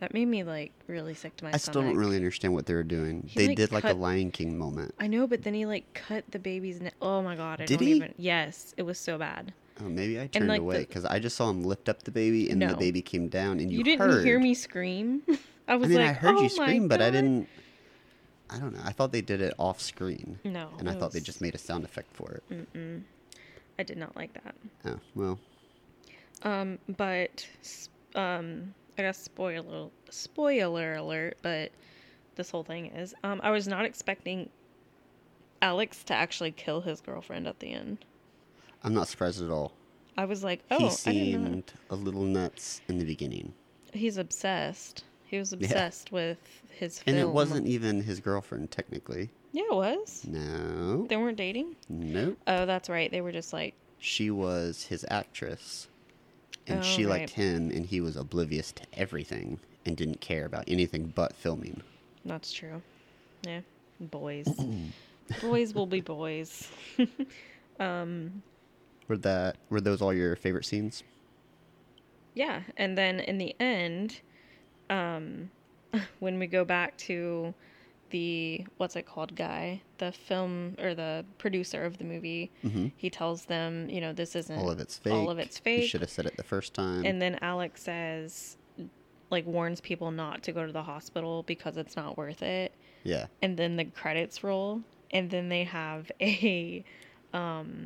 That made me like really sick to my
I
stomach.
still don't really understand what they were doing. they
like,
did like a
cut-
Lion King moment.
I know, but then he like cut the baby's neck. Oh my god! I
Did
don't
he?
even. Yes, it was so bad.
Oh, maybe I turned away
like,
'cause away
the-
because I just saw him lift up the baby and
No.
the baby came down and you,
You, didn't
heard.
hear me scream. [laughs] I
I
was
mean,
like,
I heard
oh
you scream, but I
didn't.
didn't. I don't know. I thought they did it off screen.
No,
And I
it
thought they
was- Mm.
just made a sound effect for it.
I did not like that.
Oh, well.
Um, but s- um, I guess spoiler spoiler alert. But this whole thing is, um, I was not expecting Alex to actually kill his girlfriend at the end.
I'm not surprised at all.
I was like, oh,
he
I didn't know.
seemed a little nuts in the beginning.
He's obsessed. He was obsessed with his film.
And it wasn't even his girlfriend, technically.
Yeah, it was.
No.
They weren't dating.
Nope.
Oh, that's right. They were just like,
she was his actress and
Oh,
she
right.
liked him and he was oblivious to everything and didn't care about anything but filming
that's true. Yeah,
[clears throat]
boys. boys will be boys.
were that were those all your favorite scenes
Yeah, and then in the end, um, [laughs] when we go back to the what's it called guy, the film or the producer of the movie, he tells them, you know, this isn't
Mm-hmm. all of it's fake
Uh, All of it's
you
fake.
should have said it the first time
And then Alex says, like, warns people not to go to the hospital because it's not worth it.
yeah
And then the credits roll, and then they have [laughs] a, um,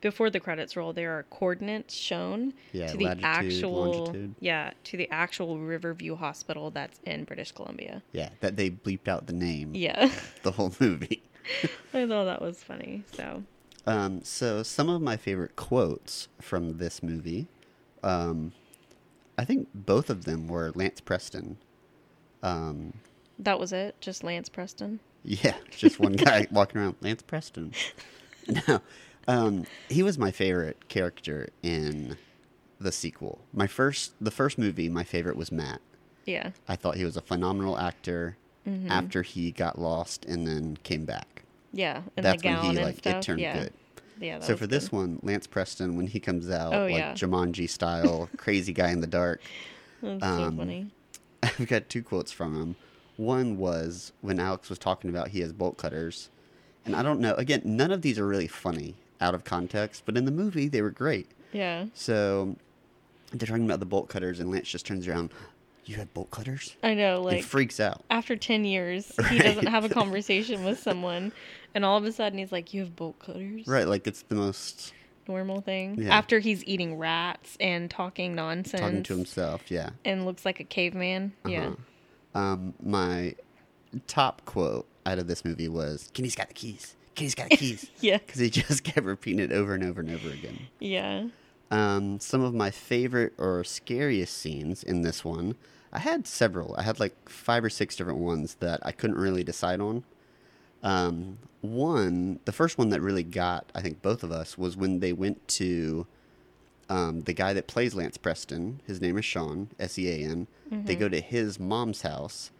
before the credits roll, there are coordinates shown
Yeah,
to the
latitude,
actual,
longitude.
yeah, to the actual Riverview Hospital that's in British Columbia.
yeah that they bleeped out the name
Yeah,
the whole [laughs] movie
[laughs] I thought that was funny. So
Um, so some of my favorite quotes from this movie, um, I think both of them were Lance Preston. [laughs] Um,
That was it. Just Lance Preston.
yeah, just one
[laughs]
guy walking around, Lance Preston. No, um, he was my favorite character in the sequel. My first, the first movie, my favorite was Matt.
Yeah.
I thought he was a phenomenal actor
Mm-hmm.
after he got lost and then came back.
Yeah. And
That's
the
when
gown
he,
and
like, it
stuff.
turned
yeah.
good.
Yeah. that
so
was
for
good.
this one, Lance Preston, when he comes out,
Oh,
like
yeah.
Jumanji
[laughs]
style, crazy guy in the dark, [laughs]
That's
um,
so funny.
I've got two quotes from him. One was when Alex was talking about he has bolt cutters. And I don't know, again, none of these are really funny out of context, but in the movie, they were great.
Yeah.
So they're talking about the bolt cutters, and Lance just turns around, You have bolt cutters?
I know. Like
and freaks out.
after 10 years, he doesn't
Right. [laughs]
have a conversation with someone. And all of a sudden, he's like, You have bolt cutters?
Right, like it's the most
Normal thing.
Yeah.
After he's eating rats and talking nonsense.
talking to Uh-huh. himself, yeah.
And looks like a caveman. Yeah.
Um, my top quote out of this movie was Kenny's got the keys. Kenny's got the keys.
Yeah.
Because he just [laughs] kept repeating it over and over and over again.
Yeah.
Um, some of my favorite or scariest scenes in this one, I had several. I had like five or six different ones that I couldn't really decide on. Um, one, the first one that really got, I think, both of us was when they went to um, the guy that plays Lance Preston. His name is Sean, S E A N. They go to his mom's house,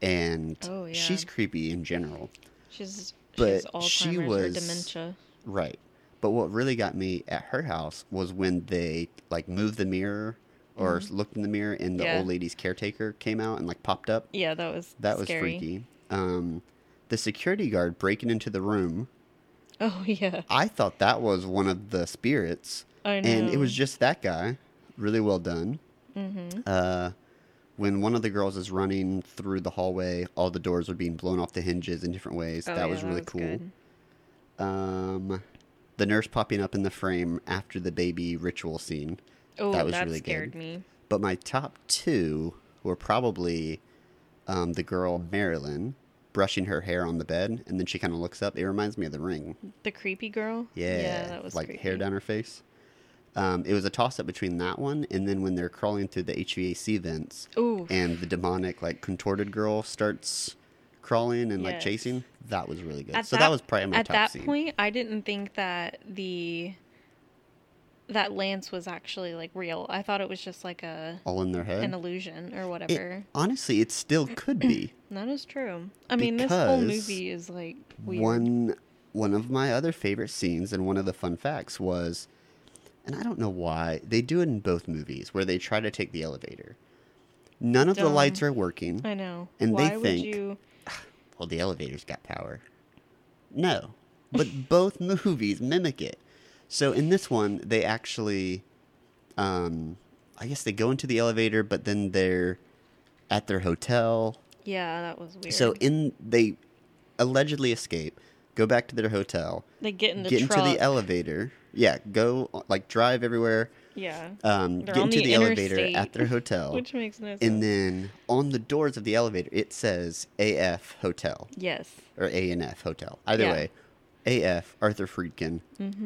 and
Mm-hmm. Oh, yeah.
she's creepy in general.
She's, she's
But
Alzheimer's
she
or
was-
dementia.
Right. But what really got me at her house was when they like moved the mirror or looked in the mirror and the
Mm-hmm. Yeah.
old lady's caretaker came out and like popped up.
Yeah, that was
That was
scary.
freaky. Um, the security guard breaking into the room.
[laughs] Oh yeah,
I thought that was one of the spirits.
I
And it
know.
was just that guy. Really well done. Mm-hmm. Uh, when one of the girls is running through the hallway, all the doors are being blown off the hinges in different ways.
Oh,
that
yeah,
was really cool.
good.
Um, the nurse popping up in the frame after the baby ritual scene.
Oh,
that
that,
was really
scared
good.
me.
But my top two were probably um, the girl Marilyn brushing her hair on the bed, and then she kind of looks up. It reminds me of the ring.
The creepy girl.
Yeah,
yeah, that was
like
creepy.
hair down her face. Um, it was a toss up between that one and then when they're crawling through the HVAC vents,
Ooh,
and the demonic like contorted girl starts crawling and like
Yes.
chasing. That was really good.
At
so that, was probably my
at
top
that
scene.
point. I didn't think that the that Lance was actually like real. I thought it was just like a
all in their head.
an illusion or
It-
whatever.
honestly, it still could be
that is true. I mean, this whole
Because
movie is like [coughs] weird.
one. One of my other favorite scenes and one of the fun facts was, and I don't know why they do it in both movies where they try to take the elevator. None of the
Dumb.
lights are working.
I know.
and they
Why would
think-
you?
Well, the elevator's got power. No,
[laughs]
but both movies mimic it. So in this one, they actually, um, I guess they go into the elevator, but then they're at their hotel.
Yeah, that was weird.
So in they allegedly escape, go back to their hotel,
they get in the
get
truck.
into the elevator. Yeah, go like drive everywhere.
yeah,
Um,
They're
get
on
into
the
the, elevator at
interstate,
their hotel,
[laughs] which makes no sense.
and then on the doors of the elevator it says AF Hotel
yes,
or ANF Hotel. Either
Yeah. Mm-hmm.
way, AF Arthur Friedkin.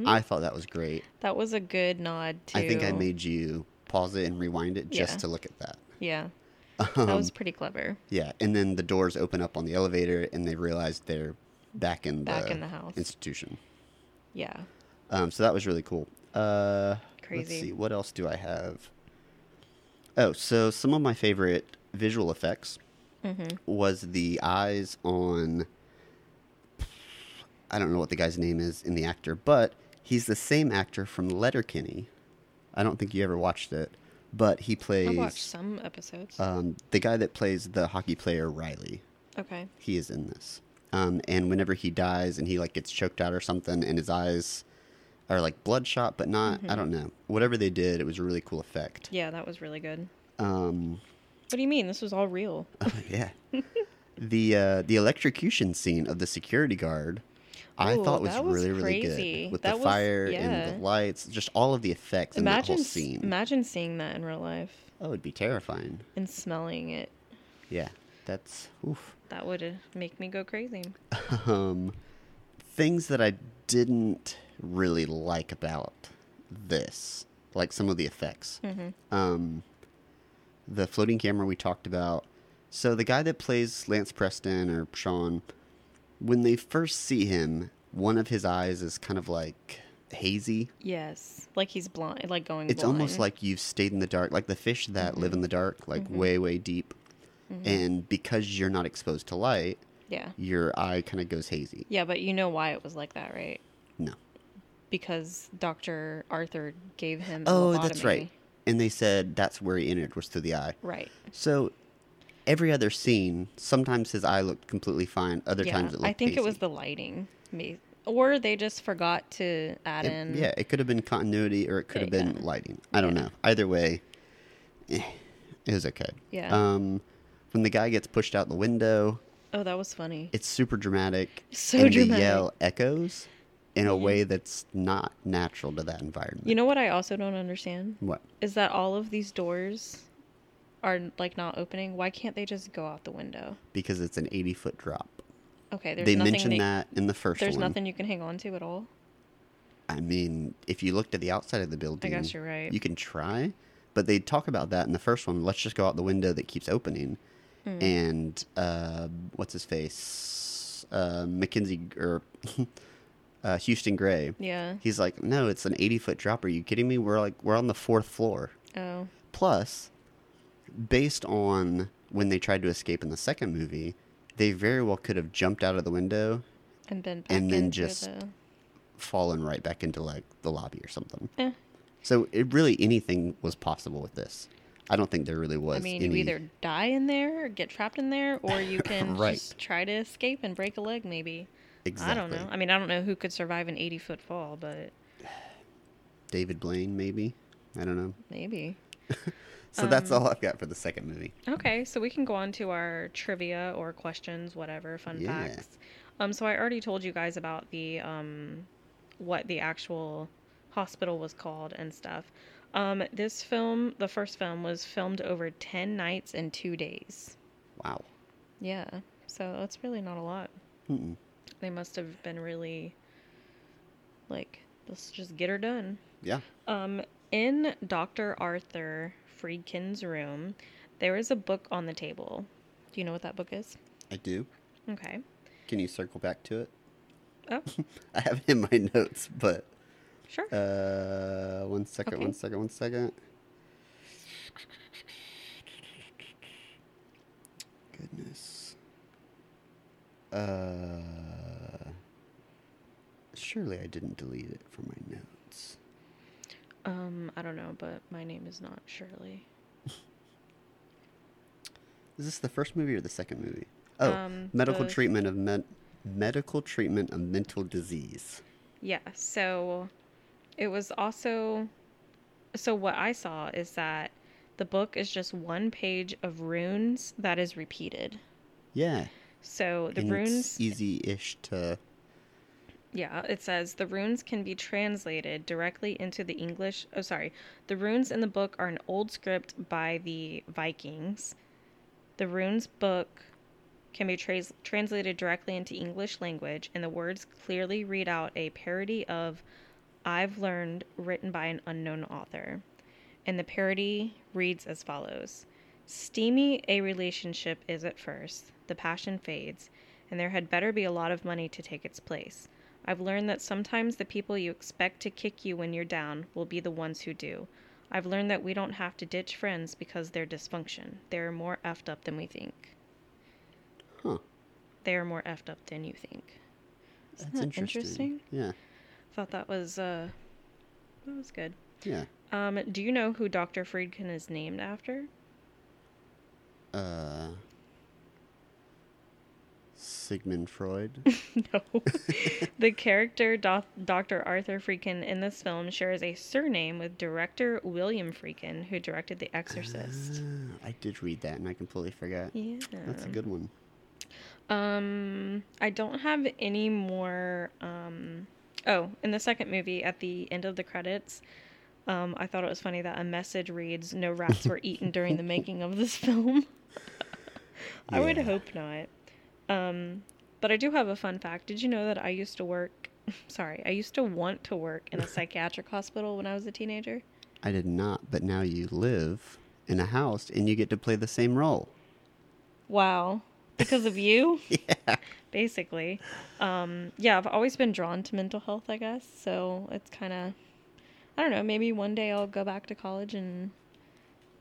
I thought that was great.
that was a good nod to.
I think I made you pause it and rewind it just
Yeah.
to look at that.
Yeah,
Um,
that was pretty clever.
Yeah, and then the doors open up on the elevator, and they realize they're back in the
Back in the house.
institution.
Yeah,
Um, so that was really cool. Uh,
Crazy.
Let's see, what else do I have? Oh, so some of my favorite visual effects
Mm-hmm.
was the eyes on. I don't know what the guy's name is in the actor, but he's the same actor from Letterkenny. I don't think you ever watched it, but he
I watched
plays
some episodes.
um, the guy that plays the hockey player Riley
okay.
he is in this. Um, and whenever he dies and he like gets choked out or something and his eyes are like bloodshot but not I don't know. Whatever they did, it was a really cool effect.
Mm-hmm. Yeah, that was really good.
Um [laughs] oh,
What do you mean? This was all real. [laughs]
yeah. the uh the electrocution scene of the security guard I
Ooh,
thought was,
that was
really really
crazy.
good with
That
the
was-
fire
yeah.
and the lights, just all of the effects in that
Imagine
whole
s-
scene.
imagine seeing that in real life
oh, it'd be terrifying.
and smelling it.
Yeah. That's oof.
That would uh, make me go crazy.
um, things that I didn't really like about this, like some of the effects. Um, the floating camera we talked about, So the guy that plays Lance Preston or Sean, when they first see him, one of his eyes is kind of like hazy.
Yes. Like he's blind, like going
It's almost
blind.
like you've stayed in the dark, like the fish that live in the dark, like way, way deep. And because you're not exposed to light,
Yeah.
your eye kind of goes hazy.
Yeah, but you know why it was like that, right?
No.
Because Dr. Arthur gave him a
Oh, that's
lobotomy.
right. And they said that's where he entered was through the eye.
Right.
So every other scene, sometimes his eye looked completely fine. Other
yeah.
times it looked.
I think it was
hazy.
the lighting. may- Or they just forgot to add
It-
in.
yeah, it could have been continuity or it could have
Yeah.
been lighting. I don't know. Either way, eh, it was okay.
Yeah.
Um, when the guy gets pushed out the window,
Oh, that was funny.
it's super dramatic.
So
and the
dramatic. Mm-hmm.
yell echoes in a way that's not natural to that environment.
You know what I also don't understand?
what?
Is that all of these doors are like not opening. Why can't they just go out the window?
Because it's an 80 foot drop.
Okay, there's
they
nothing
mentioned
they-
that in the first
There's
one.
nothing you can hang on to at all.
I mean, if you looked at the outside of the building,
you're right.
You can try, but they talk about that in the first one. Let's just go out the window that keeps opening,
Hmm.
and uh, what's his face, uh, Mackenzie or [laughs] uh, Houston Gray.
Yeah.
He's like, no, it's an eighty foot drop. Are you kidding me? We're like, we're on the fourth floor.
Oh.
Plus, based on when they tried to escape in the second movie, they very well could have jumped out of the window,
And then back
And then
into
just-
the-
fallen right back into like the lobby or something.
Eh,
So it really anything was possible with this. I don't think there really was.
I mean,
any...
you either die in there, or get trapped in there,
[laughs]
or you can
Right.
just try to escape and break a leg, maybe.
exactly.
I don't know. I mean, I don't know who could survive an 80 foot fall, but
David Blaine, maybe. I don't know.
maybe.
So
Um,
that's all I've got for the second movie.
Okay, so we can go on to our trivia or questions, whatever, fun
Yeah.
facts. Um, so I already told you guys about the um, what the actual hospital was called and stuff. Um, this film, the first film, was filmed over ten nights and two days.
Wow.
Yeah, so that's really not a lot.
Mm-mm.
They must have been really like, let's just get her done.
Yeah.
Um, in Dr. Arthur Friedkin's room, there is a book on the table. Do you know what that book is?
I do.
Okay.
Can you circle back to it?
Oh,
I have it in my [laughs] notes, but
sure.
uh, one second,
Okay.
one second, one second. Goodness. Uh, surely I didn't delete it from my notes.
Um, I don't know, but my name is not Shirley.
Is this the first movie or the second movie? Oh,
Um,
medical
both.
treatment of men- medical treatment of mental disease.
Yeah, so it was also so what I saw is that the book is just one page of runes that is repeated.
Yeah,
So the
and
runes
It's easy-ish to.
Yeah, it says the runes can be translated directly into the English. Oh, sorry. The runes in the book are an old script by the Vikings. The runes book can be tras translated directly into English language, and the words clearly read out a parody of I've Learned, written by an unknown author. And the parody reads as follows Steamy a relationship is at first, the passion fades, and there had better be a lot of money to take its place. I've learned that sometimes the people you expect to kick you when you're down will be the ones who do. I've learned that we don't have to ditch friends because they're dysfunction. They're more effed up than we think.
Huh.
They are more effed up than you think.
That's
that
interesting.
interesting?
Yeah.
Thought that was uh that was good.
Yeah.
Um, do you know who Dr. Friedkin is named after? [laughs]
Uh, Sigmund Freud.
no. the character Doc- Dr. Arthur Friedkin in this film shares a surname with director William Friedkin, who directed The [laughs] Exorcist.
Ah, I did read that, and I completely forgot.
Yeah.
That's a good one.
Um, I don't have any more. Um, oh, in the second movie, at the end of the credits, um, I thought it was funny that a message reads, "No rats were eaten during the making of this film." [laughs] I would
Yeah.
hope not. Um, but I do have a fun fact. Did you know that I used to work? [laughs] Sorry, I used to want to work in a psychiatric hospital when I was a teenager.
I did not, but now you live in a house, and you get to play the same role.
Wow. Because of you,
[laughs] Yeah.
basically. Um, yeah, I've always been drawn to mental health, I guess. So it's kind of, I don't know, maybe one day I'll go back to college and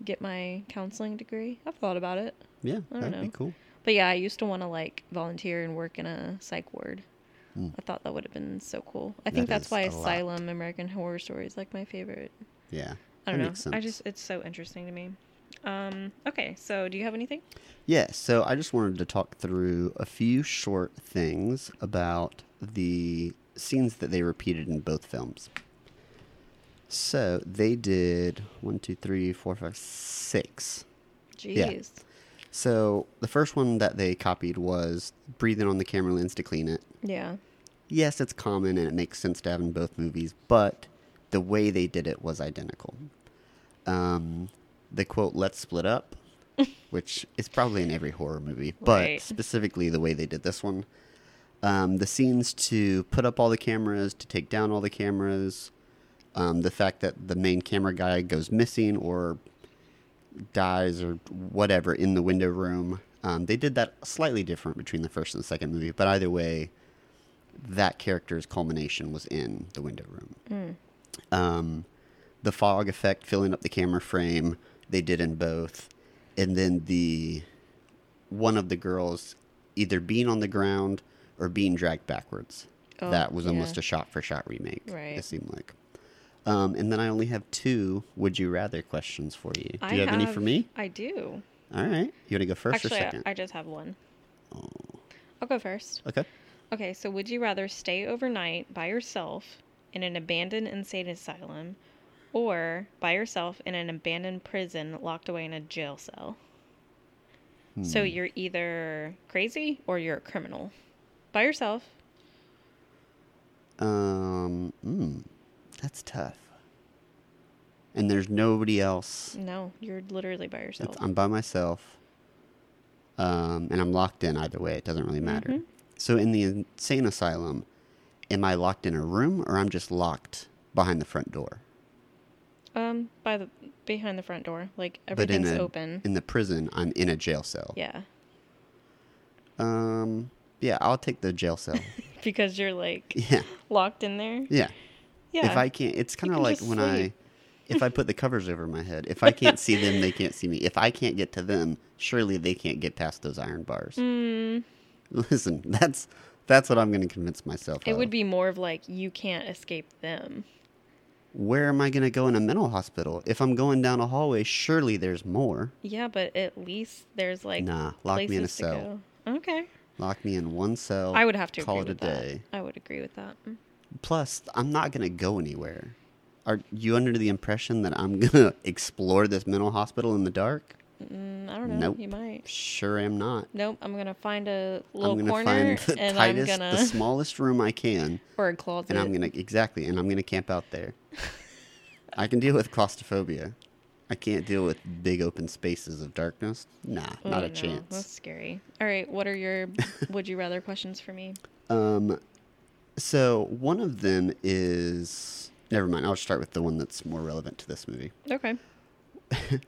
get my counseling degree. I've thought about it.
Yeah.
I don't
That'd be
know.
cool.
But yeah, I used to want to like volunteer and work in a psych ward. I thought that would have been so cool. I think
Hmm. That
that's
is
why
a lot.
Asylum, American Horror Story is like my favorite.
Yeah.
I
that
don't know.
Makes sense.
I just it's so interesting to me. Um, okay, so do you have anything?
Yeah, so I just wanted to talk through a few short things about the scenes that they repeated in both films. So they did one, two, three, four, five, six.
Jeez.
So the first one that they copied was breathing on the camera lens to clean it.
Yeah.
Yes, it's common and it makes sense to have in both movies, but the way they did it was identical. Um, the quote, let's split up, which is probably in every horror movie, but
Right.
specifically the way they did this one. Um, the scenes to put up all the cameras, to take down all the cameras, um, the fact that the main camera guy goes missing or dies or whatever in the window room. Um, they did that slightly different between the first and the second movie, but either way, that character's culmination was in the window room.
Mm.
Um, the fog effect filling up the camera frame, they did in both. And then the one of the girls either being on the ground or being dragged backwards.
Oh,
that was
yeah.
almost a shot for shot remake,
Right.
it seemed like. Um, and then I only have two would you rather questions for you. Do you have, any for me?
I do.
All right. You want to go first or
Actually, I,
second? Oh.
I just have one. I'll go first.
okay.
Okay, so would you rather stay overnight by yourself in an abandoned insane asylum or by yourself in an abandoned prison locked away in a jail cell? So
Hmm.
you're either crazy or you're a criminal. By yourself.
Um, mm, that's tough. And there's nobody else.
No, you're literally by yourself.
It's, I'm by myself. Um, and I'm locked in either way. It doesn't really matter.
Mm-hmm.
So in the insane asylum, am I locked in a room or I'm just locked behind the front door?
Um, by the behind the front door, like everything's
in a,
open.
in the prison, I'm in a jail cell.
yeah,
Um, yeah, I'll take the jail
[laughs]
cell.
because
[laughs]
you're like
yeah.
locked in there.
Yeah.
Yeah.
If I can't, it's kind of
can
like
just
when I,
sleep.
if I put the covers over my head,
[laughs]
if I can't see them, they can't see me. If I can't get to them, surely they can't get past those iron bars.
Mm.
Listen, that's that's what I'm going to convince myself.
it
of.
would be more of like you can't escape them.
Where am I going to go in a mental hospital? If I'm going down a hallway, surely there's more.
Yeah, but at least there's like
Nah, lock me in a
places to
cell.
go. Okay,
Lock me in one cell.
I would have to
call
agree
it
with
a day.
that. I would agree with that. Mm.
Plus, I'm not going to go anywhere. Are you under the impression that I'm going to [laughs] explore this mental hospital in the dark?
Mm, I don't know.
Nope.
You might.
Sure, am not.
Nope. I'm gonna find a
I'm
little
gonna
corner
find the
and
tightest,
I'm gonna
the smallest room I can,
or a closet.
and I'm gonna exactly, and I'm gonna camp out
[laughs]
there. I can deal with claustrophobia. I can't deal with big open spaces of darkness. Nah,
Oh,
not a
no, That's
chance.
scary. All right. What
[laughs]
are your would you rather questions for me?
Um, so one of them is never mind. I'll just start with the one that's more relevant to this movie.
Okay.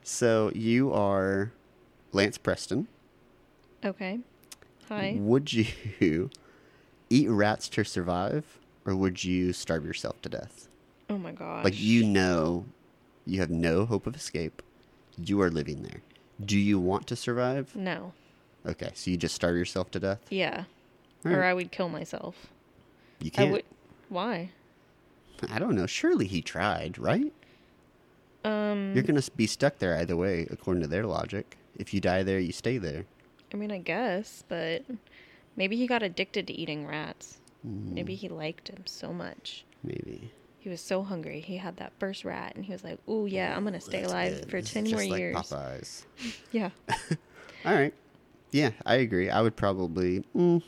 So you are Lance Preston.
Okay. Hi.
Would you [laughs] eat rats to survive, or would you starve yourself to death?
Oh my gosh.
Like you know, you have no hope of escape. You are living there. Do you want to survive?
No.
Okay, so you just starve yourself to death.
Yeah. Or
Alright.
I would kill myself.
You
I
can't.
would. Why?
I don't know. Surely he tried, right?
Um.
You're gonna s- be stuck there either way, according to their logic. If you die there, you stay there.
I mean, I guess, but maybe he got addicted to eating rats.
Mm.
Maybe he liked them so much.
Maybe.
He was so hungry. He had that first rat, and he was like, "Ooh, yeah, I'm gonna stay
That's
alive
good.
for
This is
ten
just
more
like
years."
Popeyes. [laughs]
Yeah.
All right. Yeah, I agree. I would probably, mm,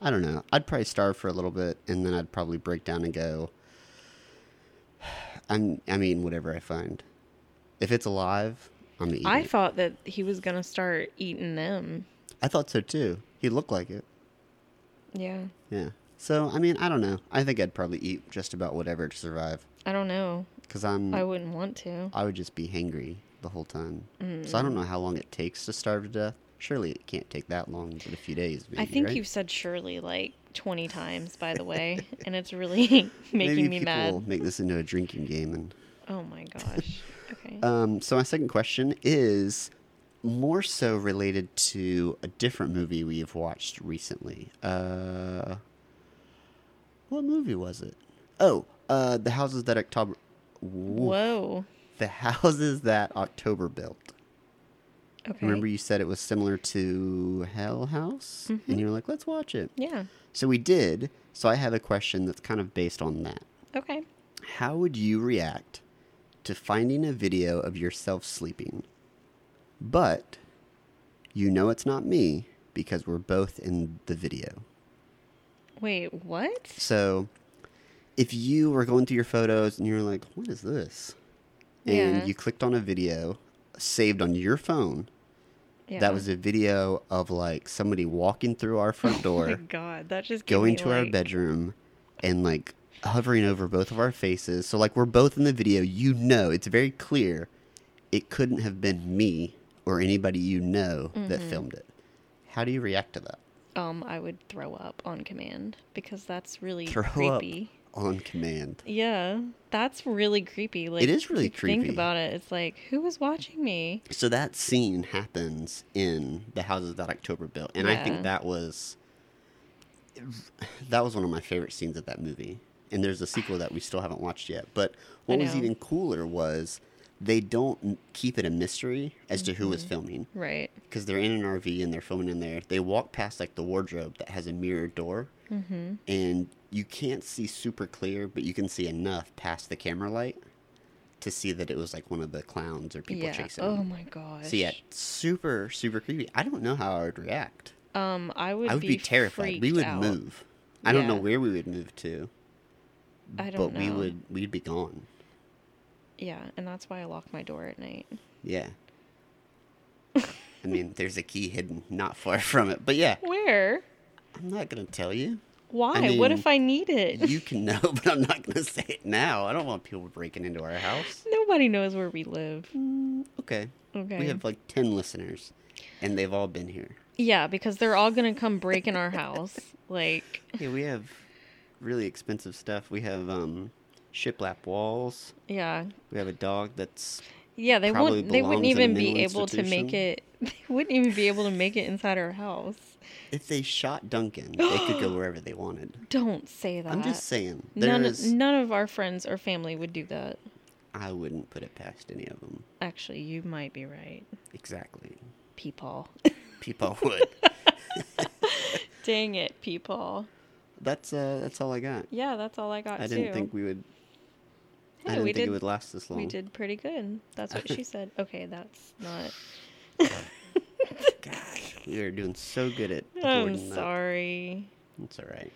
I don't know. I'd probably starve for a little bit, and then I'd probably break down and go. [sighs] I'm. I mean, whatever I find. If it's alive, I'm eating.
I
it.
thought that he was gonna start eating them.
I thought so too. He looked like it.
Yeah.
Yeah. So I mean, I don't know. I think I'd probably eat just about whatever to survive,
I don't know.
because I'm.
I wouldn't want to. Mm.
I would just be hangry the whole time. So I don't know how long it takes to starve to death. Surely it can't take that long, but a few days. Maybe,
I think
right?
you've said surely like 20 times, by
[laughs]
the way, and it's really [laughs] making
maybe
me
people
mad.
make this into a drinking game. And
Oh my
[laughs]
gosh. Okay.
um, so my second question is more so related to a different movie we have watched recently. Uh, what movie was it? Oh, uh, the houses that October. Whoa.
Whoa.
The houses that October built.
Okay.
Remember, you said it was similar to Hell House,
Mm-hmm.
and you were like, "Let's watch it."
Yeah.
So we did. So I have a question that's kind of based on that.
Okay.
How would you react to finding a video of yourself sleeping? But you know it's not me because we're both in the video.
Wait, what?
So if you were going through your photos and you're like, what is this? And
Yeah.
you clicked on a video saved on your phone
Yeah.
that was a video of like somebody walking through our front
Oh my [laughs]
door,
god, that just gave
going
me,
to our
like-
bedroom, and like hovering over both of our faces. So like we're both in the video. You know, it's very clear. It couldn't have been me or anybody you know
Mm-hmm.
that filmed it. How do you react to that?
Um, I would throw up on command because that's really
Throw
creepy.
up on command.
Yeah, that's really creepy. Like
is really
if you Think
creepy.
about it. It's like who is watching me?
So that scene happens in the houses that October built, and I
Yeah.
think that was that was one of my favorite scenes of that movie. And there's a sequel that we still haven't watched yet. But
I
what was
know.
even cooler was they don't m- keep it a mystery as to who
Mm-hmm.
was filming
Right.
because they're in an RV and they're filming in there. They walk past like the wardrobe that has a mirrored door, mm-hmm. and you can't see super clear, but you can see enough past the camera light to see that it was like one of the clowns or people
yeah.
chasing.
Oh
them.
my gosh.
So yeah, super super creepy. I don't know how I would react.
Um, I would.
I would be, terrified. We
freaked
would
out.
move. I don't know
Yeah.
where we would move to,
I don't
but we
know.
would we'd be gone.
Yeah, and that's why I lock my door at night. [laughs]
Yeah. I mean, there's a key hidden not far from it, but yeah,
Where?
I'm not gonna tell you.
Why? what
mean,
if I need it?
You can know, [laughs] but I'm not gonna say it now. I don't want people breaking into our house.
[laughs] Nobody knows where we live.
Okay.
Okay.
We have like ten listeners, and they've all been here.
Yeah, because they're all gonna come break in our house. Like,
Yeah, we have really expensive stuff. We have um, shiplap walls.
yeah,
We have a dog that's
yeah. They
Probably
won't. They wouldn't
belongs in a
even be
mental
able to make it.
institution.
[laughs] They wouldn't even be able to make it inside our house.
if they shot Duncan, they could
[gasps]
go wherever they wanted.
Don't say that.
I'm just saying,
None,
there's
none of our friends or family would do that.
I wouldn't put it past any of them.
Actually, you might be right.
Exactly,
People.
people [laughs] would.
[laughs] Dang it, people.
That's uh, that's all I got.
Yeah, that's all I got
I
too.
didn't think we would. I
Hey,
didn't
we
think
did-
it would last this long.
We did pretty good. That's
[laughs]
what she said. Okay, that's not.
We are doing so good at.
[laughs] I'm
avoiding that.
sorry.
It's all right.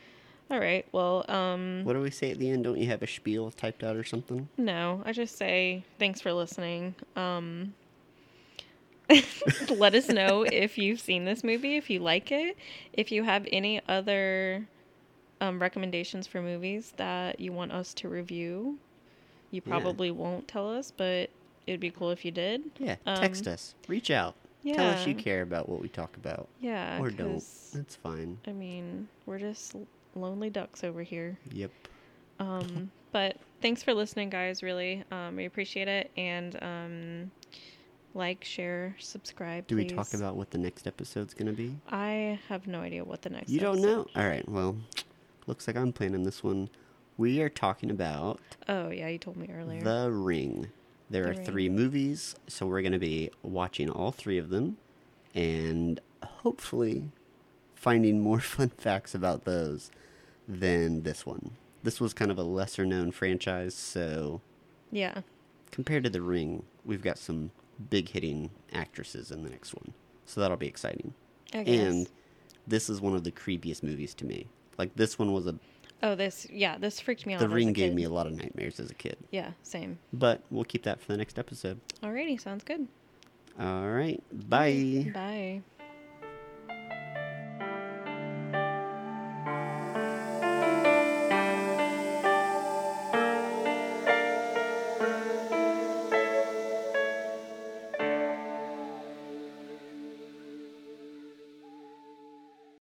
All right. Well, um,
What do we say at the end? Don't you have a spiel typed out or something?
no, I just say thanks for listening. Um, [laughs] let us know if you've seen this movie, if you like it, if you have any other um, recommendations for movies that you want us to review. You
Yeah.
probably won't tell us, but it'd be cool if you did.
Yeah.
Um,
Text us. Reach out. Tell us you
yeah.
care about what we talk about.
Yeah.
or don't.
'cause,
That's fine.
I mean, we're just l- lonely ducks over here.
Yep.
Um, but thanks for listening, guys. Really, um, we appreciate it. And um, like, share, subscribe.
Do we
please.
talk about what the next episode's going to be?
I have no idea what the next.
You don't
episode-
know? All right. Well, looks like I'm planning this one. We are talking about
Oh yeah, you told me earlier.
The Ring. There
The
are
Ring.
three movies, so we're going to be watching all three of them and hopefully finding more [laughs] fun facts about those than this one. This was kind of a lesser known franchise, so
Yeah,
compared to The Ring, we've got some big hitting actresses in the next one. So that'll be exciting.
I guess.
And this is one of the creepiest movies to me. Like this one was a
oh, this yeah, this freaked me out.
The
as a
Ring gave
kid.
me a lot of nightmares as a kid.
Yeah, same.
But we'll keep that for the next episode.
Alrighty, sounds good.
All right. Bye.
Bye.